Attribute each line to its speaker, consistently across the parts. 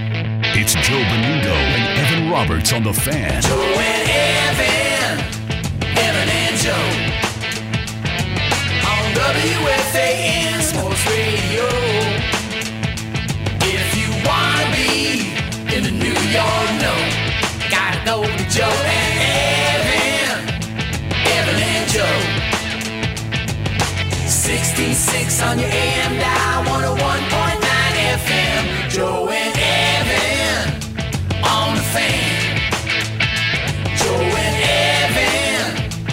Speaker 1: It's Joe Benudo and Evan Roberts on the fan.
Speaker 2: Joe and Evan, Evan and Joe. On WFAN Sports Radio. If you wanna be in the New York know, gotta go with Joe and Evan, Evan and Joe. 66 on your AM dial, 101.9 FM. Joe and Evan on the fan. Joe and Evan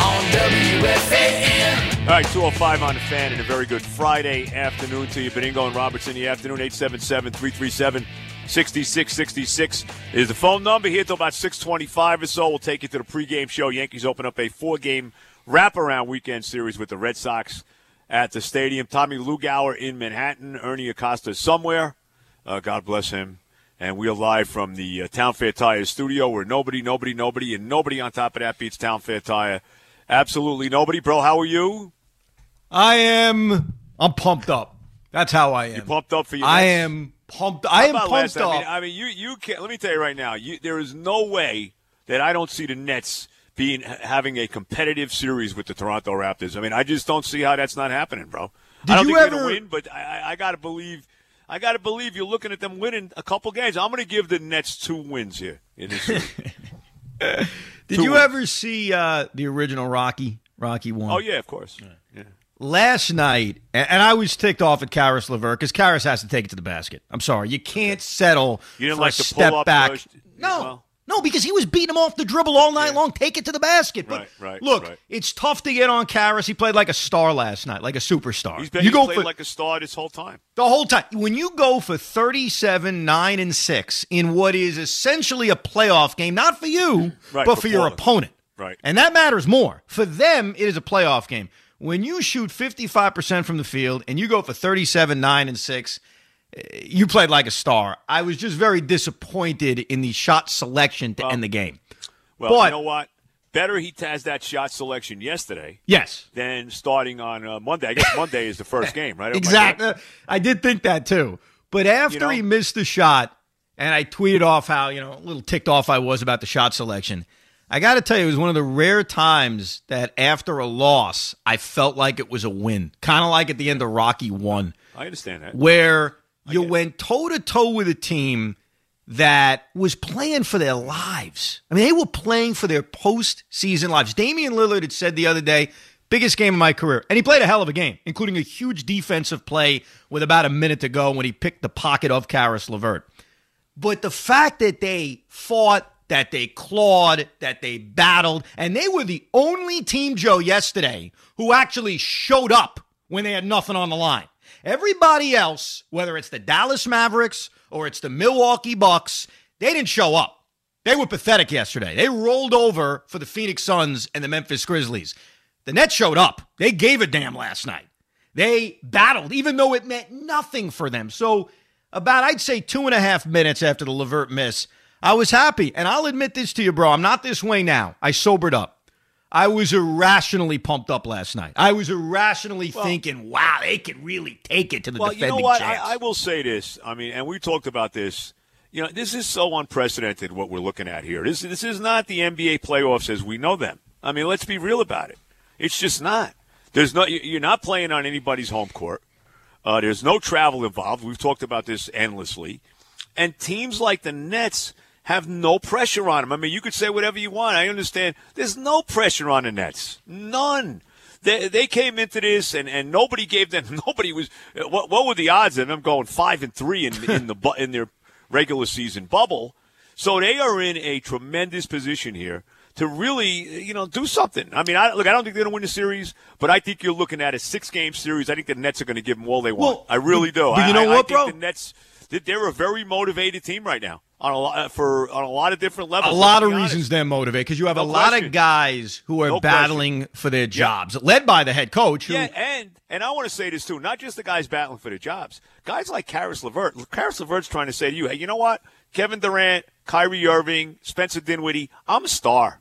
Speaker 2: on WFAN.
Speaker 3: All right, 205 on the fan and a very good Friday afternoon to you. Beningo and Roberts in the afternoon, 877 337 6666 is the phone number here till about 625 or so. We'll take you to the pregame show. Yankees open up a four game wraparound weekend series with the Red Sox at the stadium. Tommy Lugauer in Manhattan, Ernie Acosta somewhere. Uh, God bless him. And we are live from the uh, Town Fair Tire studio where nobody, nobody, nobody, and nobody on top of that beats Town Fair Tire. Absolutely nobody. Bro, how are you?
Speaker 4: I am. I'm pumped up. That's how I am. You
Speaker 3: pumped up for your
Speaker 4: I
Speaker 3: Mets?
Speaker 4: am pumped. I am
Speaker 3: How about last
Speaker 4: pumped
Speaker 3: night?
Speaker 4: up.
Speaker 3: I mean, I mean, you you can't. Let me tell you right now, you, there is no way that I don't see the Nets being ha- having a competitive series with the Toronto Raptors. I mean, I just don't see how that's not happening, bro.
Speaker 4: Did
Speaker 3: I don't
Speaker 4: you
Speaker 3: think they're
Speaker 4: ever-
Speaker 3: gonna win, but I, I, I gotta believe. I gotta believe you're looking at them winning a couple games. I'm gonna give the Nets two wins here in this series.
Speaker 4: Did
Speaker 3: two
Speaker 4: you
Speaker 3: wins.
Speaker 4: ever see uh, the original Rocky? Rocky one.
Speaker 3: oh yeah, of course. Yeah.
Speaker 4: Last night, and, and I was ticked off at Karis Levert because Karis has to take it to the basket. I'm sorry, you can't settle.
Speaker 3: You didn't
Speaker 4: for
Speaker 3: like
Speaker 4: a
Speaker 3: the
Speaker 4: step
Speaker 3: pull-up
Speaker 4: back.
Speaker 3: push as
Speaker 4: no,
Speaker 3: well?
Speaker 4: no, because he was beating him off the dribble all night long. Take it to the basket. But
Speaker 3: Right, right,
Speaker 4: look,
Speaker 3: right.
Speaker 4: it's tough to get on Karis. He played like a star last night, like a superstar.
Speaker 3: He's been
Speaker 4: you
Speaker 3: he's
Speaker 4: go
Speaker 3: played
Speaker 4: for,
Speaker 3: like a star this whole time.
Speaker 4: The whole time. When you go for 37, 9, and 6 in what is essentially a playoff game, not for you,
Speaker 3: Right,
Speaker 4: but
Speaker 3: for
Speaker 4: for, your
Speaker 3: Portland.
Speaker 4: opponent.
Speaker 3: Right.
Speaker 4: And that matters more. For them, it is a playoff game. When you shoot 55% from the field and you go for 37, 9, and 6, eh, you played like a star. I was just very disappointed in the shot selection to end the game.
Speaker 3: Well,
Speaker 4: But-
Speaker 3: you know what? Better he has that shot selection yesterday
Speaker 4: Yes.
Speaker 3: than starting on uh, Monday. I guess Monday is the first game, right? Oh Am I correct?
Speaker 4: Exactly. I did think that too. But after
Speaker 3: know?
Speaker 4: he missed the shot, and I tweeted off how, you know, a little ticked off I was about the shot selection, I got to tell you, it was one of the rare times that after a loss, I felt like it was a win. Kind of like at the end of Rocky 1
Speaker 3: I understand that.
Speaker 4: where you went toe to toe with a team that was playing for their lives. I mean, they were playing for their postseason lives. Damian Lillard had said the other day, biggest game of my career. And he played a hell of a game, including a huge defensive play with about a minute to go when he picked the pocket of Karis Levert. But the fact that they fought, that they clawed, that they battled, and they were the only team, Joe, yesterday who actually showed up when they had nothing on the line. Everybody else, whether it's the Dallas Mavericks or it's the Milwaukee Bucks, they didn't show up. They were pathetic yesterday. They rolled over for the Phoenix Suns and the Memphis Grizzlies. The Nets showed up. They gave a damn last night. They battled, even though it meant nothing for them. So, about, I'd say, two and a half minutes after the Levert miss, I was happy. And I'll admit this to you, bro. I'm not this way now. I sobered up. I was irrationally pumped up last night. I was irrationally thinking, wow, they could really take it to the
Speaker 3: well, you
Speaker 4: defending
Speaker 3: know what?
Speaker 4: champs.
Speaker 3: I, I will say this. I mean, and we talked about this. You know, this is so unprecedented what we're looking at here. This this is not the NBA playoffs as we know them. I mean, let's be real about it. It's just not. There's no. you- You're not playing on anybody's home court. Uh, there's no travel involved. We've talked about this endlessly. And teams like the Nets have no pressure on them. I mean, you could say whatever you want. I understand. There's no pressure on the Nets. None. They, they came into this and, and nobody gave them. Nobody was. What, what were the odds of them going five and three in in the bu- in their regular season bubble? So they are in a tremendous position here to really, you know, do something. I mean, I, look, I don't think they're going to win the series, but I think you're looking at a six-game series. I think the Nets are going to give them all they want.
Speaker 4: Well,
Speaker 3: I really do.
Speaker 4: but you
Speaker 3: I-
Speaker 4: know
Speaker 3: I- I
Speaker 4: what,
Speaker 3: think
Speaker 4: bro?
Speaker 3: the Nets, that they're a very motivated team right now on a lot, for on a lot of different
Speaker 4: a
Speaker 3: levels.
Speaker 4: lot
Speaker 3: let's
Speaker 4: of
Speaker 3: be honest.
Speaker 4: reasons they're motivated because you have
Speaker 3: No
Speaker 4: a lot
Speaker 3: question.
Speaker 4: of guys who are
Speaker 3: No question.
Speaker 4: battling for their jobs, led by the head coach. Who,
Speaker 3: Yeah, and and I want to say this too. Not just the guys battling for their jobs. Guys like Karis Levert. Karis Levert's trying to say to you, hey, you know what? Kevin Durant, Kyrie Irving, Spencer Dinwiddie. I'm a star.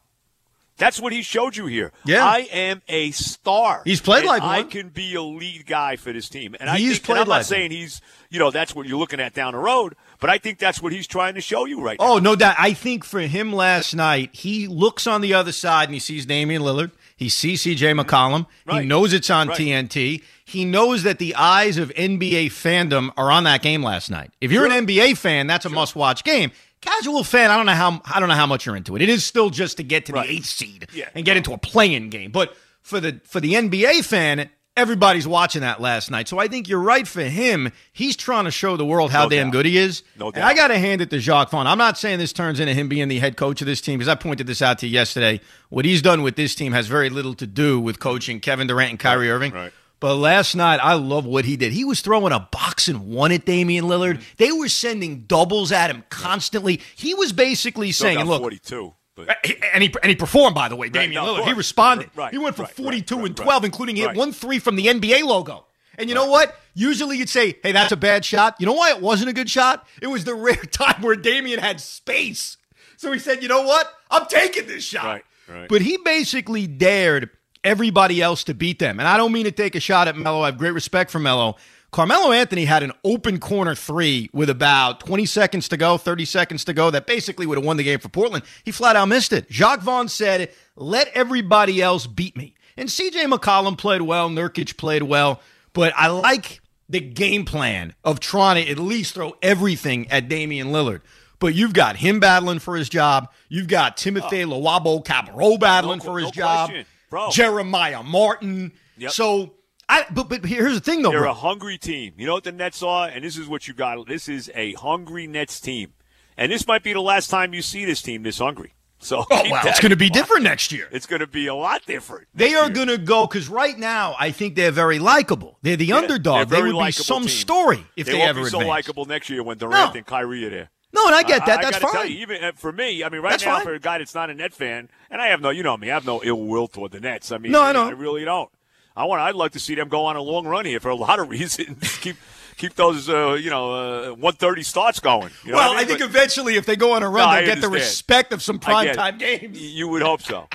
Speaker 3: That's what he showed you here.
Speaker 4: Yeah.
Speaker 3: I am a star.
Speaker 4: He's played
Speaker 3: and
Speaker 4: like
Speaker 3: I
Speaker 4: one.
Speaker 3: can be a lead guy for this team. And I think,
Speaker 4: He's
Speaker 3: and
Speaker 4: played
Speaker 3: I'm not
Speaker 4: like
Speaker 3: saying he's, you know, that's what you're looking at down the road, but I think that's what he's trying to show you right now.
Speaker 4: Oh, no doubt. I think for him last night, he looks on the other side and he sees Damian Lillard. He sees CJ McCollum.
Speaker 3: Right.
Speaker 4: He knows it's on
Speaker 3: Right.
Speaker 4: TNT. He knows that the eyes of NBA fandom are on that game last night. If you're an NBA fan, that's a must-watch game. Casual fan, I don't know how I don't know how much you're into it. It is still just to get to
Speaker 3: Right.
Speaker 4: the eighth seed
Speaker 3: Yeah.
Speaker 4: and get into a playing game. But for the for the NBA fan, everybody's watching that last night. So I think you're right for him. He's trying to show the world how
Speaker 3: No
Speaker 4: damn
Speaker 3: doubt.
Speaker 4: good he is.
Speaker 3: No
Speaker 4: And
Speaker 3: doubt.
Speaker 4: I got to hand it to Jacques Vaughn. I'm not saying this turns into him being the head coach of this team because I pointed this out to you yesterday. What he's done with this team has very little to do with coaching Kevin Durant and Kyrie Irving.
Speaker 3: right.
Speaker 4: But last night, I love what he did. He was throwing a box and one at Damian Lillard.
Speaker 3: Mm-hmm.
Speaker 4: They were sending doubles at him constantly. He was basically
Speaker 3: Still
Speaker 4: saying,
Speaker 3: got
Speaker 4: "Look,
Speaker 3: 42. But
Speaker 4: and he and he performed by the way, Damian
Speaker 3: no, of
Speaker 4: Lillard. He
Speaker 3: course.
Speaker 4: responded.
Speaker 3: Right,
Speaker 4: he went for
Speaker 3: right,
Speaker 4: 42
Speaker 3: right,
Speaker 4: and
Speaker 3: right,
Speaker 4: 12, including he hit
Speaker 3: right.
Speaker 4: one three from the NBA logo. And you know what? Usually you'd say, "Hey, that's a bad shot." You know why it wasn't a good shot? It was the rare time where Damian had space. So he said, "You know what? I'm taking this shot."
Speaker 3: Right, right.
Speaker 4: But he basically dared everybody else to beat them. And I don't mean to take a shot at Melo. I have great respect for Melo. Carmelo Anthony had an open corner three with about 20 seconds to go, 30 seconds to go, that basically would have won the game for Portland. He flat out missed it. Jacques Vaughn said, let everybody else beat me. And CJ McCollum played well, Nurkic played well, but I like the game plan of trying to at least throw everything at Damian Lillard. But you've got him battling for his job. You've got Timothy Lawabo Cabarro battling
Speaker 3: Oh. No qu-
Speaker 4: for his
Speaker 3: no
Speaker 4: job.
Speaker 3: question, bro.
Speaker 4: Jeremiah Martin.
Speaker 3: Yep.
Speaker 4: So I but but here's the thing though,
Speaker 3: They're
Speaker 4: bro.
Speaker 3: a hungry team. You know what the Nets are, and this is what you got. This is a hungry Nets team, and this might be the last time you see this team this hungry. So
Speaker 4: oh wow, it's gonna be different next year.
Speaker 3: It's going to be a lot different.
Speaker 4: They
Speaker 3: next
Speaker 4: are
Speaker 3: year.
Speaker 4: going to go because right now I think they're very likable. They're the
Speaker 3: They're a
Speaker 4: underdog. They
Speaker 3: very
Speaker 4: would be
Speaker 3: likable
Speaker 4: some
Speaker 3: team.
Speaker 4: story if they,
Speaker 3: won't
Speaker 4: ever
Speaker 3: be so
Speaker 4: advance.
Speaker 3: likable next year when Durant
Speaker 4: No.
Speaker 3: and Kyrie are there.
Speaker 4: No, and I get
Speaker 3: I-
Speaker 4: that.
Speaker 3: I
Speaker 4: That's
Speaker 3: gotta
Speaker 4: fine.
Speaker 3: Tell you, even uh, for me, I mean, right
Speaker 4: That's
Speaker 3: now
Speaker 4: fine.
Speaker 3: for a guy that's not a Net fan, and I have no, you know me, I have no ill will toward the Nets. I mean,
Speaker 4: No, I
Speaker 3: you know,
Speaker 4: don't.
Speaker 3: I really don't. I want. I'd like to see them go on a long run here for a lot of reasons. keep keep those, uh, you know, uh, one thirty starts going. You know
Speaker 4: well,
Speaker 3: what
Speaker 4: I
Speaker 3: mean?
Speaker 4: think
Speaker 3: But
Speaker 4: eventually if they go on a run,
Speaker 3: No, I
Speaker 4: they'll get the
Speaker 3: understand.
Speaker 4: respect of some
Speaker 3: I get it.
Speaker 4: primetime games.
Speaker 3: You would hope so.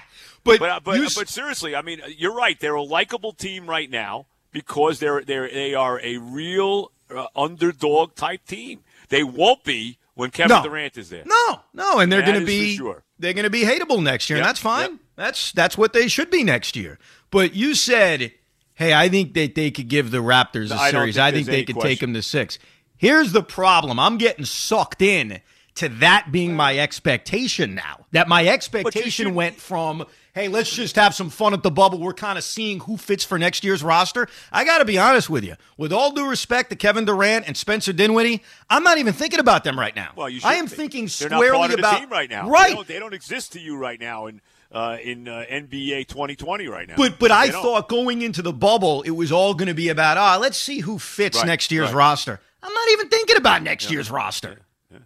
Speaker 4: But
Speaker 3: But uh, but,
Speaker 4: you
Speaker 3: uh,
Speaker 4: s-
Speaker 3: but seriously, I mean, uh, you're right. They're a likable team right now because they're they are they are a real uh, underdog type team. They won't be when Kevin
Speaker 4: No.
Speaker 3: Durant is there.
Speaker 4: No, no, and they're
Speaker 3: That
Speaker 4: going to
Speaker 3: is
Speaker 4: be
Speaker 3: for sure.
Speaker 4: they're going to be hateable next year, and
Speaker 3: Yep,
Speaker 4: that's fine.
Speaker 3: yep.
Speaker 4: That's that's what they should be next year. But you said, "Hey, I think that they could give the Raptors a
Speaker 3: I don't
Speaker 4: series.
Speaker 3: think
Speaker 4: I
Speaker 3: there's
Speaker 4: think they
Speaker 3: any
Speaker 4: could take
Speaker 3: question.
Speaker 4: them to six. Here's the problem: I'm getting sucked in to that being my expectation now. That my expectation
Speaker 3: shouldn't-
Speaker 4: went from, "Hey, let's just have some fun at the bubble. We're kind of seeing who fits for next year's roster." I got to be honest with you. With all due respect to Kevin Durant and Spencer Dinwiddie, I'm not even thinking about them right now.
Speaker 3: Well, you
Speaker 4: I
Speaker 3: should
Speaker 4: am
Speaker 3: be.
Speaker 4: thinking
Speaker 3: They're
Speaker 4: squarely
Speaker 3: not part of
Speaker 4: about
Speaker 3: the team right now.
Speaker 4: Right,
Speaker 3: they don't, they don't exist to you right now in uh, in uh, NBA 2020 right now.
Speaker 4: but but
Speaker 3: They
Speaker 4: I
Speaker 3: don't.
Speaker 4: thought going into the bubble, it was all going to be about ah, let's see who fits
Speaker 3: Right,
Speaker 4: next year's
Speaker 3: right.
Speaker 4: roster. I'm not even thinking about next year's roster.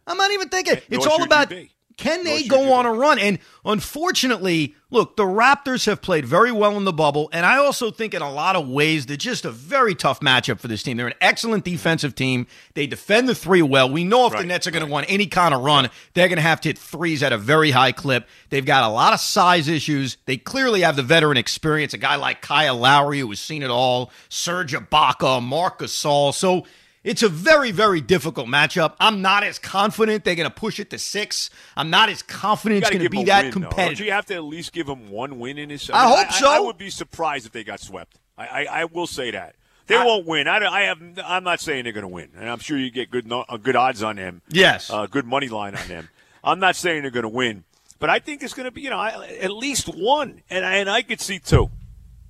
Speaker 4: I'm not even thinking. it's
Speaker 3: nor
Speaker 4: all
Speaker 3: should
Speaker 4: about
Speaker 3: you be.
Speaker 4: can
Speaker 3: Nor
Speaker 4: they
Speaker 3: should
Speaker 4: go
Speaker 3: you
Speaker 4: on
Speaker 3: be.
Speaker 4: a run? And unfortunately, look, the Raptors have played very well in the bubble, and I also think in a lot of ways they're just a very tough matchup for this team. They're an excellent defensive team. They defend the three well. We know if the
Speaker 3: Right,
Speaker 4: Nets are going to want any kind of run, they're going to have to hit threes at a very high clip. They've got a lot of size issues. They clearly have the veteran experience. A guy like Kyle Lowry, who has seen it all, Serge Ibaka, Marcus Saul. So it's a very, very difficult matchup. I'm not as confident they're going to push it to six. I'm not as confident
Speaker 3: You
Speaker 4: it's
Speaker 3: gotta
Speaker 4: going to
Speaker 3: give
Speaker 4: be
Speaker 3: them a
Speaker 4: that
Speaker 3: win, though.
Speaker 4: competitive.
Speaker 3: Don't you have to at least give them one win in this?
Speaker 4: I
Speaker 3: mean,
Speaker 4: hope
Speaker 3: I,
Speaker 4: so.
Speaker 3: I would be surprised if they got swept. I, I, I will say that they won't win. I, don't- I have. I'm not saying they're going to win, and I'm sure you get good no, uh, good odds on them.
Speaker 4: Yes.
Speaker 3: uh, good money line on them. I'm not saying they're going to win, but I think it's going to be you know I, at least one, and I, and I could see two.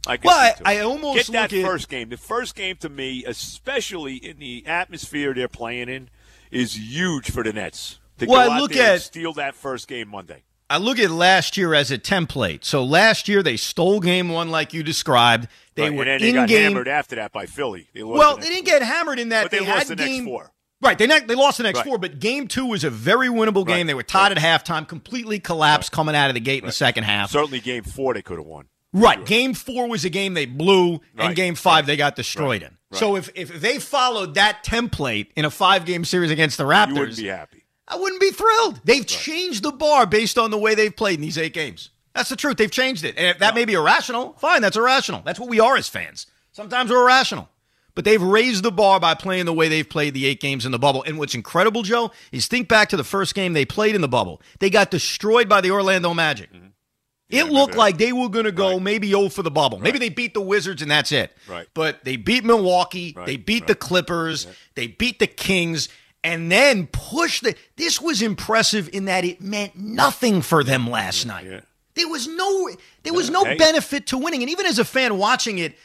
Speaker 3: I could
Speaker 4: Well,
Speaker 3: see two.
Speaker 4: I- I almost
Speaker 3: get that
Speaker 4: look at-
Speaker 3: first game. The first game to me, especially in the atmosphere they're playing in, is huge for the Nets. To
Speaker 4: Well,
Speaker 3: go
Speaker 4: I
Speaker 3: out
Speaker 4: look
Speaker 3: there and
Speaker 4: at-
Speaker 3: steal that first game Monday.
Speaker 4: I look at last year as a template. So last year they stole game one, like you described. They
Speaker 3: Right,
Speaker 4: were
Speaker 3: and then
Speaker 4: in
Speaker 3: they got
Speaker 4: game.
Speaker 3: hammered after that by Philly. They lost
Speaker 4: Well,
Speaker 3: the
Speaker 4: they
Speaker 3: next
Speaker 4: didn't
Speaker 3: four.
Speaker 4: get hammered in that
Speaker 3: But they
Speaker 4: had
Speaker 3: lost the next
Speaker 4: game
Speaker 3: four.
Speaker 4: Right, they ne- they lost the next
Speaker 3: Right.
Speaker 4: four, but game two was a very winnable game.
Speaker 3: Right,
Speaker 4: They were tied at halftime, completely collapsed coming out of the gate in the second half.
Speaker 3: Certainly, game four they could have won.
Speaker 4: right, game four was a game they blew, and
Speaker 3: Right,
Speaker 4: game five they got destroyed in. So if if they followed that template in a five game series against the
Speaker 3: You wouldn't
Speaker 4: Raptors,
Speaker 3: be happy.
Speaker 4: I wouldn't be thrilled. They've changed the bar based on the way they've played in these eight games. That's the truth. They've changed it. And if that may be irrational, fine, that's irrational. That's what we are as fans. Sometimes we're irrational. But they've raised the bar by playing the way they've played the eight games in the bubble. And what's incredible, Joe, is think back to the first game they played in the bubble. They got destroyed by the Orlando Magic.
Speaker 3: Mm-hmm. Yeah, I
Speaker 4: it
Speaker 3: remember
Speaker 4: looked
Speaker 3: that.
Speaker 4: like they were going to go
Speaker 3: Right.
Speaker 4: maybe 0 for the bubble. Maybe they beat the Wizards and that's it.
Speaker 3: Right.
Speaker 4: But they beat Milwaukee.
Speaker 3: Right,
Speaker 4: They beat
Speaker 3: right.
Speaker 4: the Clippers. They beat the Kings. And then pushed the. This was impressive in that it meant nothing for them last night.
Speaker 3: yeah.
Speaker 4: There was no there was no
Speaker 3: Hey.
Speaker 4: benefit to winning. And even as a fan watching it,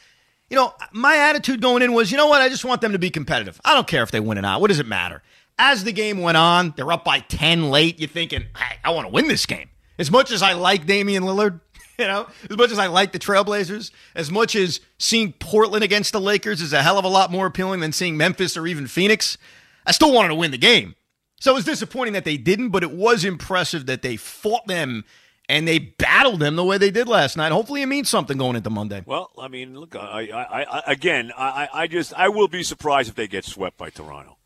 Speaker 4: you know, my attitude going in was, you know what, I just want them to be competitive. I don't care if they win or not. What does it matter? As the game went on, they're up by 10 late. You're thinking, hey, I want to win this game. As much as I like Damian Lillard, you know, as much as I like the Trailblazers, as much as seeing Portland against the Lakers is a hell of a lot more appealing than seeing Memphis or even Phoenix, I still wanted to win the game. So it was disappointing that they didn't, but it was impressive that they fought them and they battled them the way they did last night. Hopefully, it means something going into Monday.
Speaker 3: Well, I mean, look, I, I, I again, I, I I just, I will be surprised if they get swept by Toronto.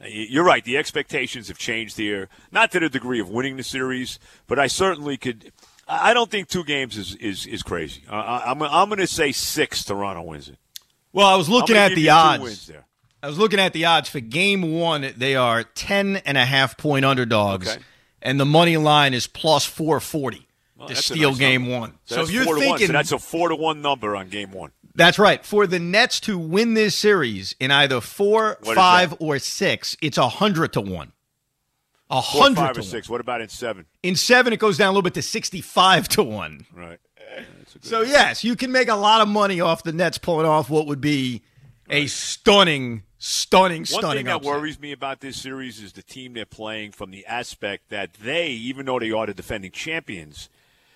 Speaker 3: Uh, y- You're right. The expectations have changed here, not to the degree of winning the series, but I certainly could. I I don't think two games is is, is crazy. Uh, I, I'm I'm going to say six. Toronto wins it.
Speaker 4: Well, I was
Speaker 3: I'm
Speaker 4: looking
Speaker 3: gonna
Speaker 4: at
Speaker 3: give
Speaker 4: the
Speaker 3: you two
Speaker 4: odds.
Speaker 3: wins there.
Speaker 4: I was looking at the odds for game one. They are 10 and a half point underdogs,
Speaker 3: Okay.
Speaker 4: and the money line is plus 440 to
Speaker 3: that's a
Speaker 4: steal
Speaker 3: nice
Speaker 4: game
Speaker 3: number.
Speaker 4: one.
Speaker 3: So, that's four to one. So that's a four to one number on game one.
Speaker 4: That's right. For the Nets to win this series in either four,
Speaker 3: What is
Speaker 4: five,
Speaker 3: that?
Speaker 4: or six, it's a hundred to one. A
Speaker 3: Four,
Speaker 4: hundred
Speaker 3: five,
Speaker 4: to
Speaker 3: or
Speaker 4: one.
Speaker 3: six. What about in seven?
Speaker 4: In seven, it goes down a little bit to sixty-five to one.
Speaker 3: Right. That's a good-
Speaker 4: So yes, you can make a lot of money off the Nets pulling off what would be a stunning, stunning,
Speaker 3: One
Speaker 4: stunning.
Speaker 3: thing that
Speaker 4: upset.
Speaker 3: worries me about this series is the team they're playing from the aspect that they, even though they are the defending champions,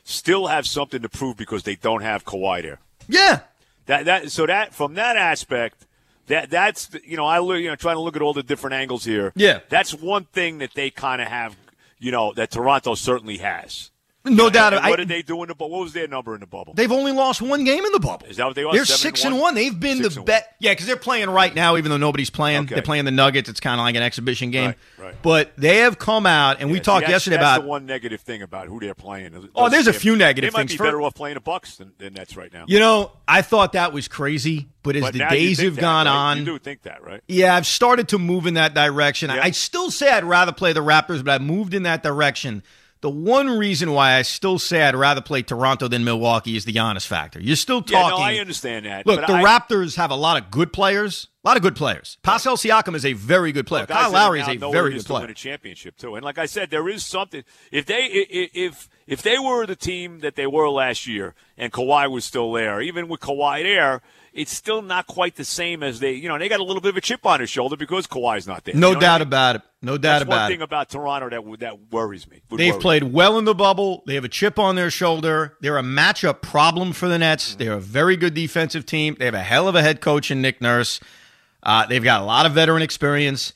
Speaker 3: still have something to prove because they don't have Kawhi there.
Speaker 4: Yeah,
Speaker 3: That that so that from that aspect, that that's the- you know I look you know trying to look at all the different angles here.
Speaker 4: Yeah.
Speaker 3: that's one thing that they kind of have. You know that Toronto certainly has.
Speaker 4: no doubt.
Speaker 3: And what
Speaker 4: I,
Speaker 3: did they do in the bubble? What was their number in the bubble?
Speaker 4: they've only lost one game in the bubble.
Speaker 3: Is that what they are,
Speaker 4: They're
Speaker 3: seven
Speaker 4: six
Speaker 3: and
Speaker 4: and
Speaker 3: one?
Speaker 4: one. They've been
Speaker 3: Six
Speaker 4: the
Speaker 3: and
Speaker 4: bet. Yeah, because they're playing right now, even though nobody's playing.
Speaker 3: Okay.
Speaker 4: They're playing the Nuggets. It's kind of like an exhibition game.
Speaker 3: Right, right.
Speaker 4: But they have come out, and we
Speaker 3: Yeah, see,
Speaker 4: talked
Speaker 3: that's-
Speaker 4: yesterday
Speaker 3: that's
Speaker 4: about
Speaker 3: the one negative thing about who they're playing.
Speaker 4: Oh, there's a
Speaker 3: They-
Speaker 4: few negative
Speaker 3: They might
Speaker 4: things.
Speaker 3: be
Speaker 4: For-
Speaker 3: better off playing the Bucks than, than Nets right now.
Speaker 4: You know, I thought that was crazy, but as
Speaker 3: But
Speaker 4: the
Speaker 3: now you
Speaker 4: days
Speaker 3: think
Speaker 4: have
Speaker 3: that,
Speaker 4: gone
Speaker 3: right?
Speaker 4: on,
Speaker 3: You do think that, right?
Speaker 4: yeah, I've started to move in that direction. I
Speaker 3: Yeah.
Speaker 4: I still say I'd rather play the Raptors, but I moved in that direction. The one reason why I still say I'd rather play Toronto than Milwaukee is the honest factor. You're still
Speaker 3: Yeah,
Speaker 4: talking.
Speaker 3: no, I understand that.
Speaker 4: Look,
Speaker 3: but
Speaker 4: the
Speaker 3: I,
Speaker 4: Raptors have a lot of good players. A lot of good players. Pascal Siakam is a very good player.
Speaker 3: guys
Speaker 4: Kyle
Speaker 3: that are
Speaker 4: Lowry is
Speaker 3: now
Speaker 4: a
Speaker 3: know
Speaker 4: very
Speaker 3: what it is
Speaker 4: good
Speaker 3: to win
Speaker 4: player.
Speaker 3: a championship too. And like I said, there is something. If they i- i- if if they were the team that they were last year, and Kawhi was still there, even with Kawhi there, it's still not quite the same as they. You know, they got a little bit of a chip on their shoulder because Kawhi's not there.
Speaker 4: No
Speaker 3: You know what I
Speaker 4: doubt
Speaker 3: mean?
Speaker 4: about it. No doubt
Speaker 3: That's
Speaker 4: about
Speaker 3: one
Speaker 4: it.
Speaker 3: thing about Toronto that w- that worries me. would
Speaker 4: They've
Speaker 3: worry
Speaker 4: played well in the bubble. They have a chip on their shoulder. They're a matchup problem for the Nets.
Speaker 3: Mm-hmm.
Speaker 4: They're a very good defensive team. They have a hell of a head coach in Nick Nurse. Uh, they've got a lot of veteran experience.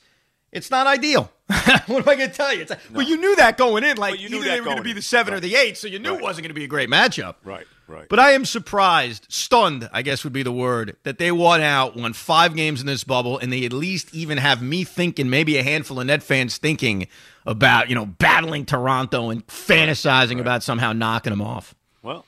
Speaker 4: It's not ideal. what am I going to tell you? It's Well, you knew that going in. Like
Speaker 3: Well, you knew
Speaker 4: either
Speaker 3: that
Speaker 4: they were going to
Speaker 3: going
Speaker 4: be
Speaker 3: in.
Speaker 4: the seven or
Speaker 3: Right.
Speaker 4: the eight, so you knew it wasn't going to be a great matchup.
Speaker 3: me. Right, right.
Speaker 4: But I am surprised, stunned, I guess would be the word, that they won out, won five games in this bubble, and they at least even have me thinking, maybe a handful of Net fans thinking about, you know, battling Toronto and fantasizing about somehow knocking them off.
Speaker 3: well,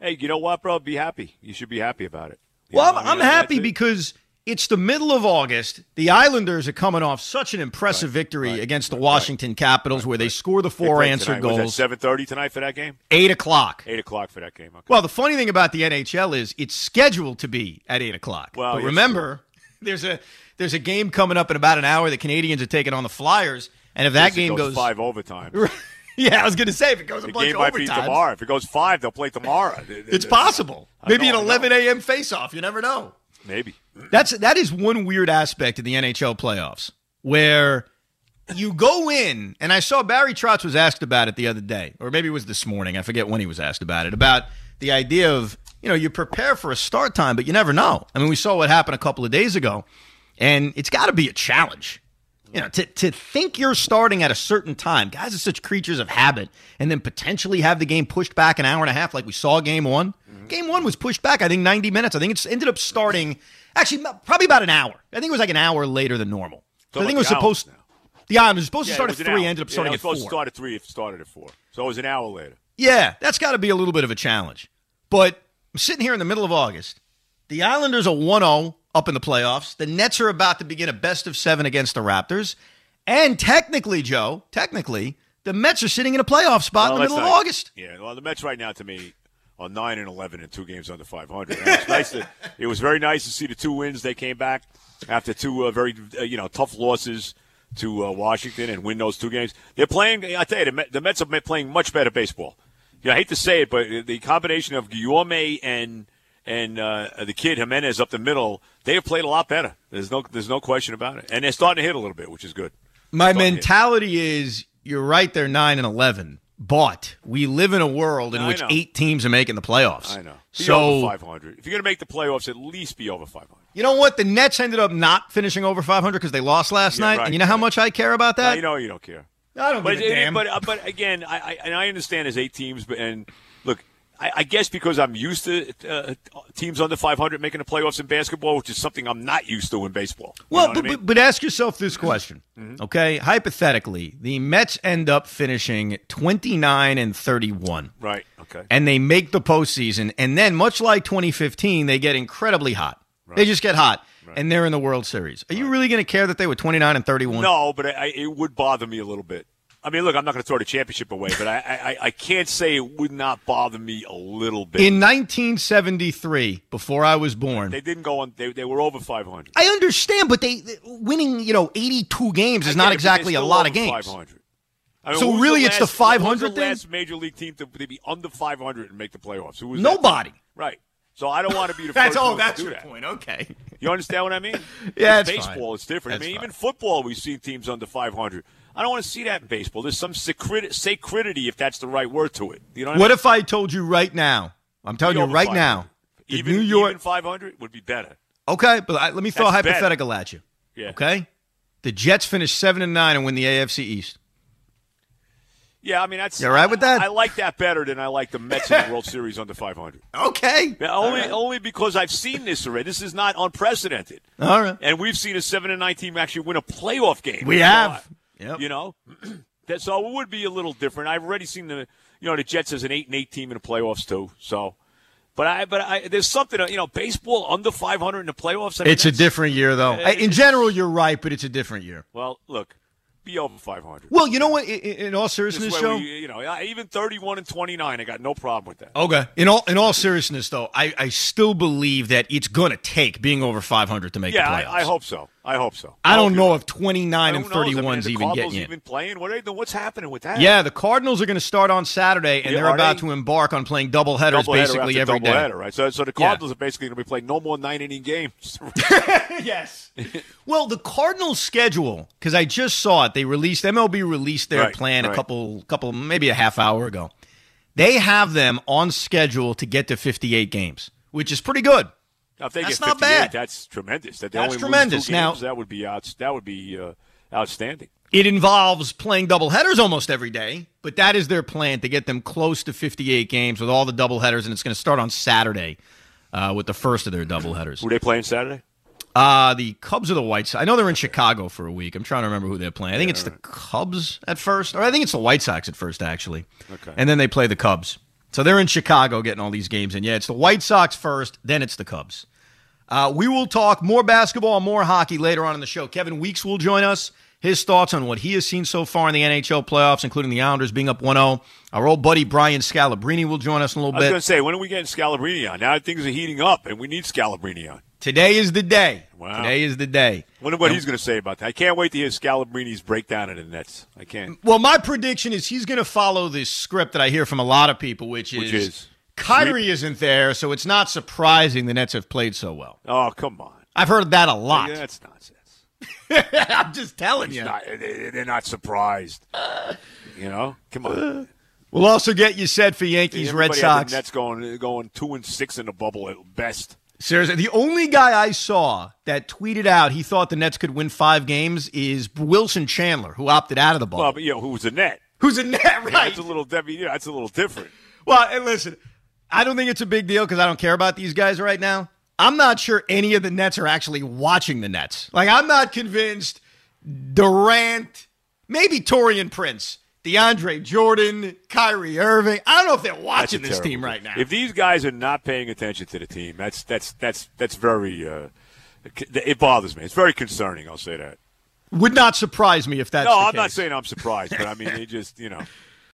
Speaker 3: hey, you know what, bro? Be happy. You should be happy about it. You
Speaker 4: Well,
Speaker 3: know,
Speaker 4: I'm,
Speaker 3: I
Speaker 4: I'm
Speaker 3: mean,
Speaker 4: happy
Speaker 3: that's it.
Speaker 4: because it's the middle of August. The Islanders are coming off such an impressive victory against the Washington Capitals where they score the
Speaker 3: They
Speaker 4: four
Speaker 3: played
Speaker 4: answered
Speaker 3: tonight. Was that
Speaker 4: goals.
Speaker 3: 7:30 tonight for that game.
Speaker 4: Eight o'clock.
Speaker 3: Eight o'clock for that game. Okay.
Speaker 4: Well, the funny thing about the NHL is it's scheduled to be at eight o'clock.
Speaker 3: Well,
Speaker 4: but
Speaker 3: yes,
Speaker 4: remember, there's a there's a game coming up in about an hour. The Canadians are taking on the Flyers, and if that
Speaker 3: If it
Speaker 4: game goes,
Speaker 3: five overtime.
Speaker 4: yeah, I was going to say if it goes a
Speaker 3: The
Speaker 4: bunch
Speaker 3: game
Speaker 4: of
Speaker 3: might be
Speaker 4: overtime,
Speaker 3: tomorrow. If it goes five, they'll play tomorrow.
Speaker 4: it's possible.
Speaker 3: I
Speaker 4: Maybe
Speaker 3: know, I know.
Speaker 4: an 11 a.m. face-off. You never know.
Speaker 3: Maybe.
Speaker 4: That's that is one weird aspect of the NHL playoffs where you go in, and I saw Barry Trotz was asked about it the other day, or maybe it was this morning. I forget when he was asked about it about the idea of you know you prepare for a start time, but you never know. I mean, we saw what happened a couple of days ago, and it's got to be a challenge. You know, to, to think you're starting at a certain time, guys are such creatures of habit, and then potentially have the game pushed back an hour and a half, like we saw game one.
Speaker 3: Mm-hmm.
Speaker 4: Game one was pushed back, I think, 90 minutes. I think it ended up starting actually m- probably about an hour. I think it was like an hour later than normal. So I
Speaker 3: Talking
Speaker 4: think it
Speaker 3: about
Speaker 4: was
Speaker 3: the hours
Speaker 4: supposed.
Speaker 3: now.
Speaker 4: The Islanders was supposed to start
Speaker 3: it
Speaker 4: at
Speaker 3: was an
Speaker 4: three,
Speaker 3: hour.
Speaker 4: ended up
Speaker 3: Yeah,
Speaker 4: starting
Speaker 3: it
Speaker 4: at
Speaker 3: was supposed
Speaker 4: four.
Speaker 3: to start at three. It started at four. So it was an hour later.
Speaker 4: Yeah, that's got to be a little bit of a challenge. But I'm sitting here in the middle of August. The Islanders are 1 0 up in the playoffs. The Nets are about to begin a best of seven against the Raptors. And technically, Joe, technically, the Mets are sitting in a playoff spot
Speaker 3: Well,
Speaker 4: in the
Speaker 3: that's
Speaker 4: middle of
Speaker 3: not-
Speaker 4: August.
Speaker 3: Yeah, well, the Mets right now to me are nine and eleven and two games under five hundred. It's nice to, it was very nice to see the two wins they came back after two uh, very uh, you know tough losses to uh, Washington and win those two games. They're playing. I tell you, the, Met, the Mets are playing much better baseball. Yeah, I hate to say it, but the combination of Guillaume and and uh, the kid Jimenez up the middle, they have played a lot better. There's no there's no question about it, and they're starting to hit a little bit, which is good.
Speaker 4: My
Speaker 3: Sorry.
Speaker 4: mentality is you're right, they're 9 and 11, but we live in a world in
Speaker 3: I
Speaker 4: which
Speaker 3: know.
Speaker 4: eight teams are making the playoffs.
Speaker 3: I know. Be over
Speaker 4: So,
Speaker 3: 500. If you're going to make the playoffs, at least be over 500.
Speaker 4: you know what? The Nets ended up not finishing over 500 because they lost last
Speaker 3: Yeah,
Speaker 4: night.
Speaker 3: right,
Speaker 4: and you know how
Speaker 3: right.
Speaker 4: much I care about
Speaker 3: Now,
Speaker 4: that?
Speaker 3: you know you don't care.
Speaker 4: Uh, I don't
Speaker 3: But
Speaker 4: give a
Speaker 3: it-
Speaker 4: damn.
Speaker 3: but uh, but again, I, I and I understand there's eight teams, but and look, I, I guess because I'm used to uh, teams under 500 making the playoffs in basketball, which is something I'm not used to in baseball. You know
Speaker 4: Well,
Speaker 3: what
Speaker 4: but,
Speaker 3: I mean? Mm-hmm.
Speaker 4: but, but ask yourself this question, okay? Hypothetically, the Mets end up finishing 29 and 31,
Speaker 3: right, okay,
Speaker 4: and they make the postseason. And then, much like 2015, they get incredibly hot. They just get hot, and they're in the World Series. Are you really going to care that they were 29 and 31?
Speaker 3: no, but I, I, it would bother me a little bit. I mean, look, I'm not going to throw the championship away, but I, I, I can't say it would not bother me a little bit.
Speaker 4: In 1973, before I was born,
Speaker 3: they didn't go on; they, they were over 500.
Speaker 4: I understand, but they winning, you know, 82 games is
Speaker 3: Yeah,
Speaker 4: not
Speaker 3: but they're
Speaker 4: exactly a
Speaker 3: still
Speaker 4: lot of
Speaker 3: over
Speaker 4: games.
Speaker 3: 500. I mean,
Speaker 4: So
Speaker 3: who's
Speaker 4: really it's the
Speaker 3: last- who- who's
Speaker 4: 500 thing?
Speaker 3: last major league team to, to be under 500 and make the playoffs. Who was that?
Speaker 4: Nobody.
Speaker 3: Right. So I don't want to be the
Speaker 4: That's
Speaker 3: first
Speaker 4: oh,
Speaker 3: one
Speaker 4: that's
Speaker 3: to do
Speaker 4: your
Speaker 3: that.
Speaker 4: point. Okay.
Speaker 3: You understand what I mean?
Speaker 4: Yeah,
Speaker 3: It's
Speaker 4: it's fine.
Speaker 3: baseball is different.
Speaker 4: That's
Speaker 3: I mean,
Speaker 4: fine.
Speaker 3: even football, we've seen teams under 500. I don't want to see that in baseball. There's some sacred, sacredity, if that's the right word to it. You know what,
Speaker 4: What
Speaker 3: I mean?
Speaker 4: if I told you right now? I'm telling
Speaker 3: Be
Speaker 4: you
Speaker 3: over
Speaker 4: right
Speaker 3: 500.
Speaker 4: now. the
Speaker 3: even
Speaker 4: New York.
Speaker 3: even 500 would be better.
Speaker 4: okay, but I, let me throw a
Speaker 3: That's bad.
Speaker 4: hypothetical at you.
Speaker 3: Yeah.
Speaker 4: Okay, the Jets finish seven and nine and win the AFC East.
Speaker 3: Yeah, I mean that's.
Speaker 4: You all right with that?
Speaker 3: I, I like that better than I like the Mets in the World Series under 500.
Speaker 4: Okay.
Speaker 3: Yeah, only only because I've seen this already. This is not unprecedented,
Speaker 4: All right.
Speaker 3: and we've seen a seven and nine team actually win a playoff game.
Speaker 4: We
Speaker 3: It's
Speaker 4: have.
Speaker 3: odd,
Speaker 4: Yep.
Speaker 3: You know, that so it would be a little different. I've already seen the you know the Jets as an eight and eight team in the playoffs too. So, but I but I there's something you know baseball under five hundred in the playoffs. I mean,
Speaker 4: It's a
Speaker 3: that's-
Speaker 4: different year, though.
Speaker 3: Uh,
Speaker 4: In general, you're right, but it's a different year.
Speaker 3: Well, look, be over five hundred.
Speaker 4: Well, you know what? In, in all
Speaker 3: This
Speaker 4: seriousness,
Speaker 3: way
Speaker 4: Joe.
Speaker 3: we, you know, I- even thirty-one and twenty-nine, I got no problem with that.
Speaker 4: Okay. In all in all seriousness, though, I, I still believe that it's going to take being over 500 to make
Speaker 3: yeah,
Speaker 4: the playoffs.
Speaker 3: I, I hope so. I hope so.
Speaker 4: I don't
Speaker 3: hope
Speaker 4: know
Speaker 3: you're
Speaker 4: if 29 and
Speaker 3: Who knows? I mean,
Speaker 4: 31 is
Speaker 3: the
Speaker 4: even
Speaker 3: Cardinals
Speaker 4: getting it.
Speaker 3: even playing. What are they, what's happening with that?
Speaker 4: Yeah, the Cardinals are going to start on Saturday, and
Speaker 3: Yeah,
Speaker 4: they're
Speaker 3: are
Speaker 4: about
Speaker 3: they?
Speaker 4: to embark on playing double headers
Speaker 3: Doubleheader
Speaker 4: basically
Speaker 3: after
Speaker 4: every day.
Speaker 3: doubleheader, right? So, so the
Speaker 4: Yeah.
Speaker 3: Cardinals are basically going to be playing no more nine inning games.
Speaker 4: yes. well, the Cardinals' schedule, because I just saw it. They released MLB released their
Speaker 3: Right,
Speaker 4: plan a
Speaker 3: right.
Speaker 4: couple, couple, maybe a half hour ago. They have them on schedule to get to 58 games, which is pretty good.
Speaker 3: Now, if they
Speaker 4: That's
Speaker 3: get
Speaker 4: not
Speaker 3: 58,
Speaker 4: bad.
Speaker 3: That's tremendous. That they only
Speaker 4: That's
Speaker 3: lose two
Speaker 4: tremendous. Now-
Speaker 3: games, that would be out, that would be uh, outstanding.
Speaker 4: It involves playing double headers almost every day, but that is their plan to get them close to 58 games with all the double headers, and it's going to start on Saturday uh, with the first of their double headers.
Speaker 3: Who they playing Saturday?
Speaker 4: Uh, the Cubs or the White Sox. I know they're in Chicago for a week. I'm trying to remember who they're playing. I think it's the Cubs at first, or I think it's the White Sox at first, actually. Okay. And then they play the Cubs. So they're in Chicago getting all these games in. Yeah, it's the White Sox first, then it's the Cubs. Uh, we will talk more basketball and more hockey later on in the show. Kevin Weeks will join us. His thoughts on what he has seen so far in the NHL playoffs, including the Islanders being up 1 0. Our old buddy Brian Scalabrini will join us in a
Speaker 3: I
Speaker 4: little
Speaker 3: was
Speaker 4: bit.
Speaker 3: going to say, when are we getting Scalabrini on? Now things are heating up, and we need Scalabrini on.
Speaker 4: Today is the day.
Speaker 3: Wow.
Speaker 4: Today is the day.
Speaker 3: Wonder what he's going to say about that. I can't wait to hear Scalabrini's breakdown of the Nets. I can't.
Speaker 4: Well, my prediction is he's going to follow this script that I hear from a lot of people, which is,
Speaker 3: Which is?
Speaker 4: Kyrie isn't there, so it's not surprising the Nets have played so well.
Speaker 3: Oh, come on.
Speaker 4: I've heard that a lot.
Speaker 3: Yeah, that's nonsense.
Speaker 4: I'm just telling
Speaker 3: It's
Speaker 4: you.
Speaker 3: not- they- they're not surprised. You know, come on.
Speaker 4: We'll also get you set for Yankees, Red
Speaker 3: Everybody had
Speaker 4: Sox.
Speaker 3: The Nets going going two and six in the bubble at best.
Speaker 4: Seriously, the only guy I saw that tweeted out he thought the Nets could win five games is Wilson Chandler, who opted out of the ball.
Speaker 3: Well, but you know who was the net?
Speaker 4: Who's a net, right?
Speaker 3: That's a little Debbie. Yeah, that's a little different.
Speaker 4: Well, and listen, I don't think it's a big deal because I don't care about these guys right now. I'm not sure any of the Nets are actually watching the Nets. Like, I'm not convinced Durant, maybe Torian Prince DeAndre Jordan, Kyrie Irving. I don't know if they're
Speaker 3: That's a
Speaker 4: watching this
Speaker 3: terrible
Speaker 4: team right now.
Speaker 3: If these guys are not paying attention to the team, that's that's that's that's very. Uh, it bothers me. It's very concerning. I'll say that.
Speaker 4: Would not surprise me if that's
Speaker 3: No,
Speaker 4: the
Speaker 3: I'm not
Speaker 4: case.
Speaker 3: saying I'm surprised, but I mean, it just you know,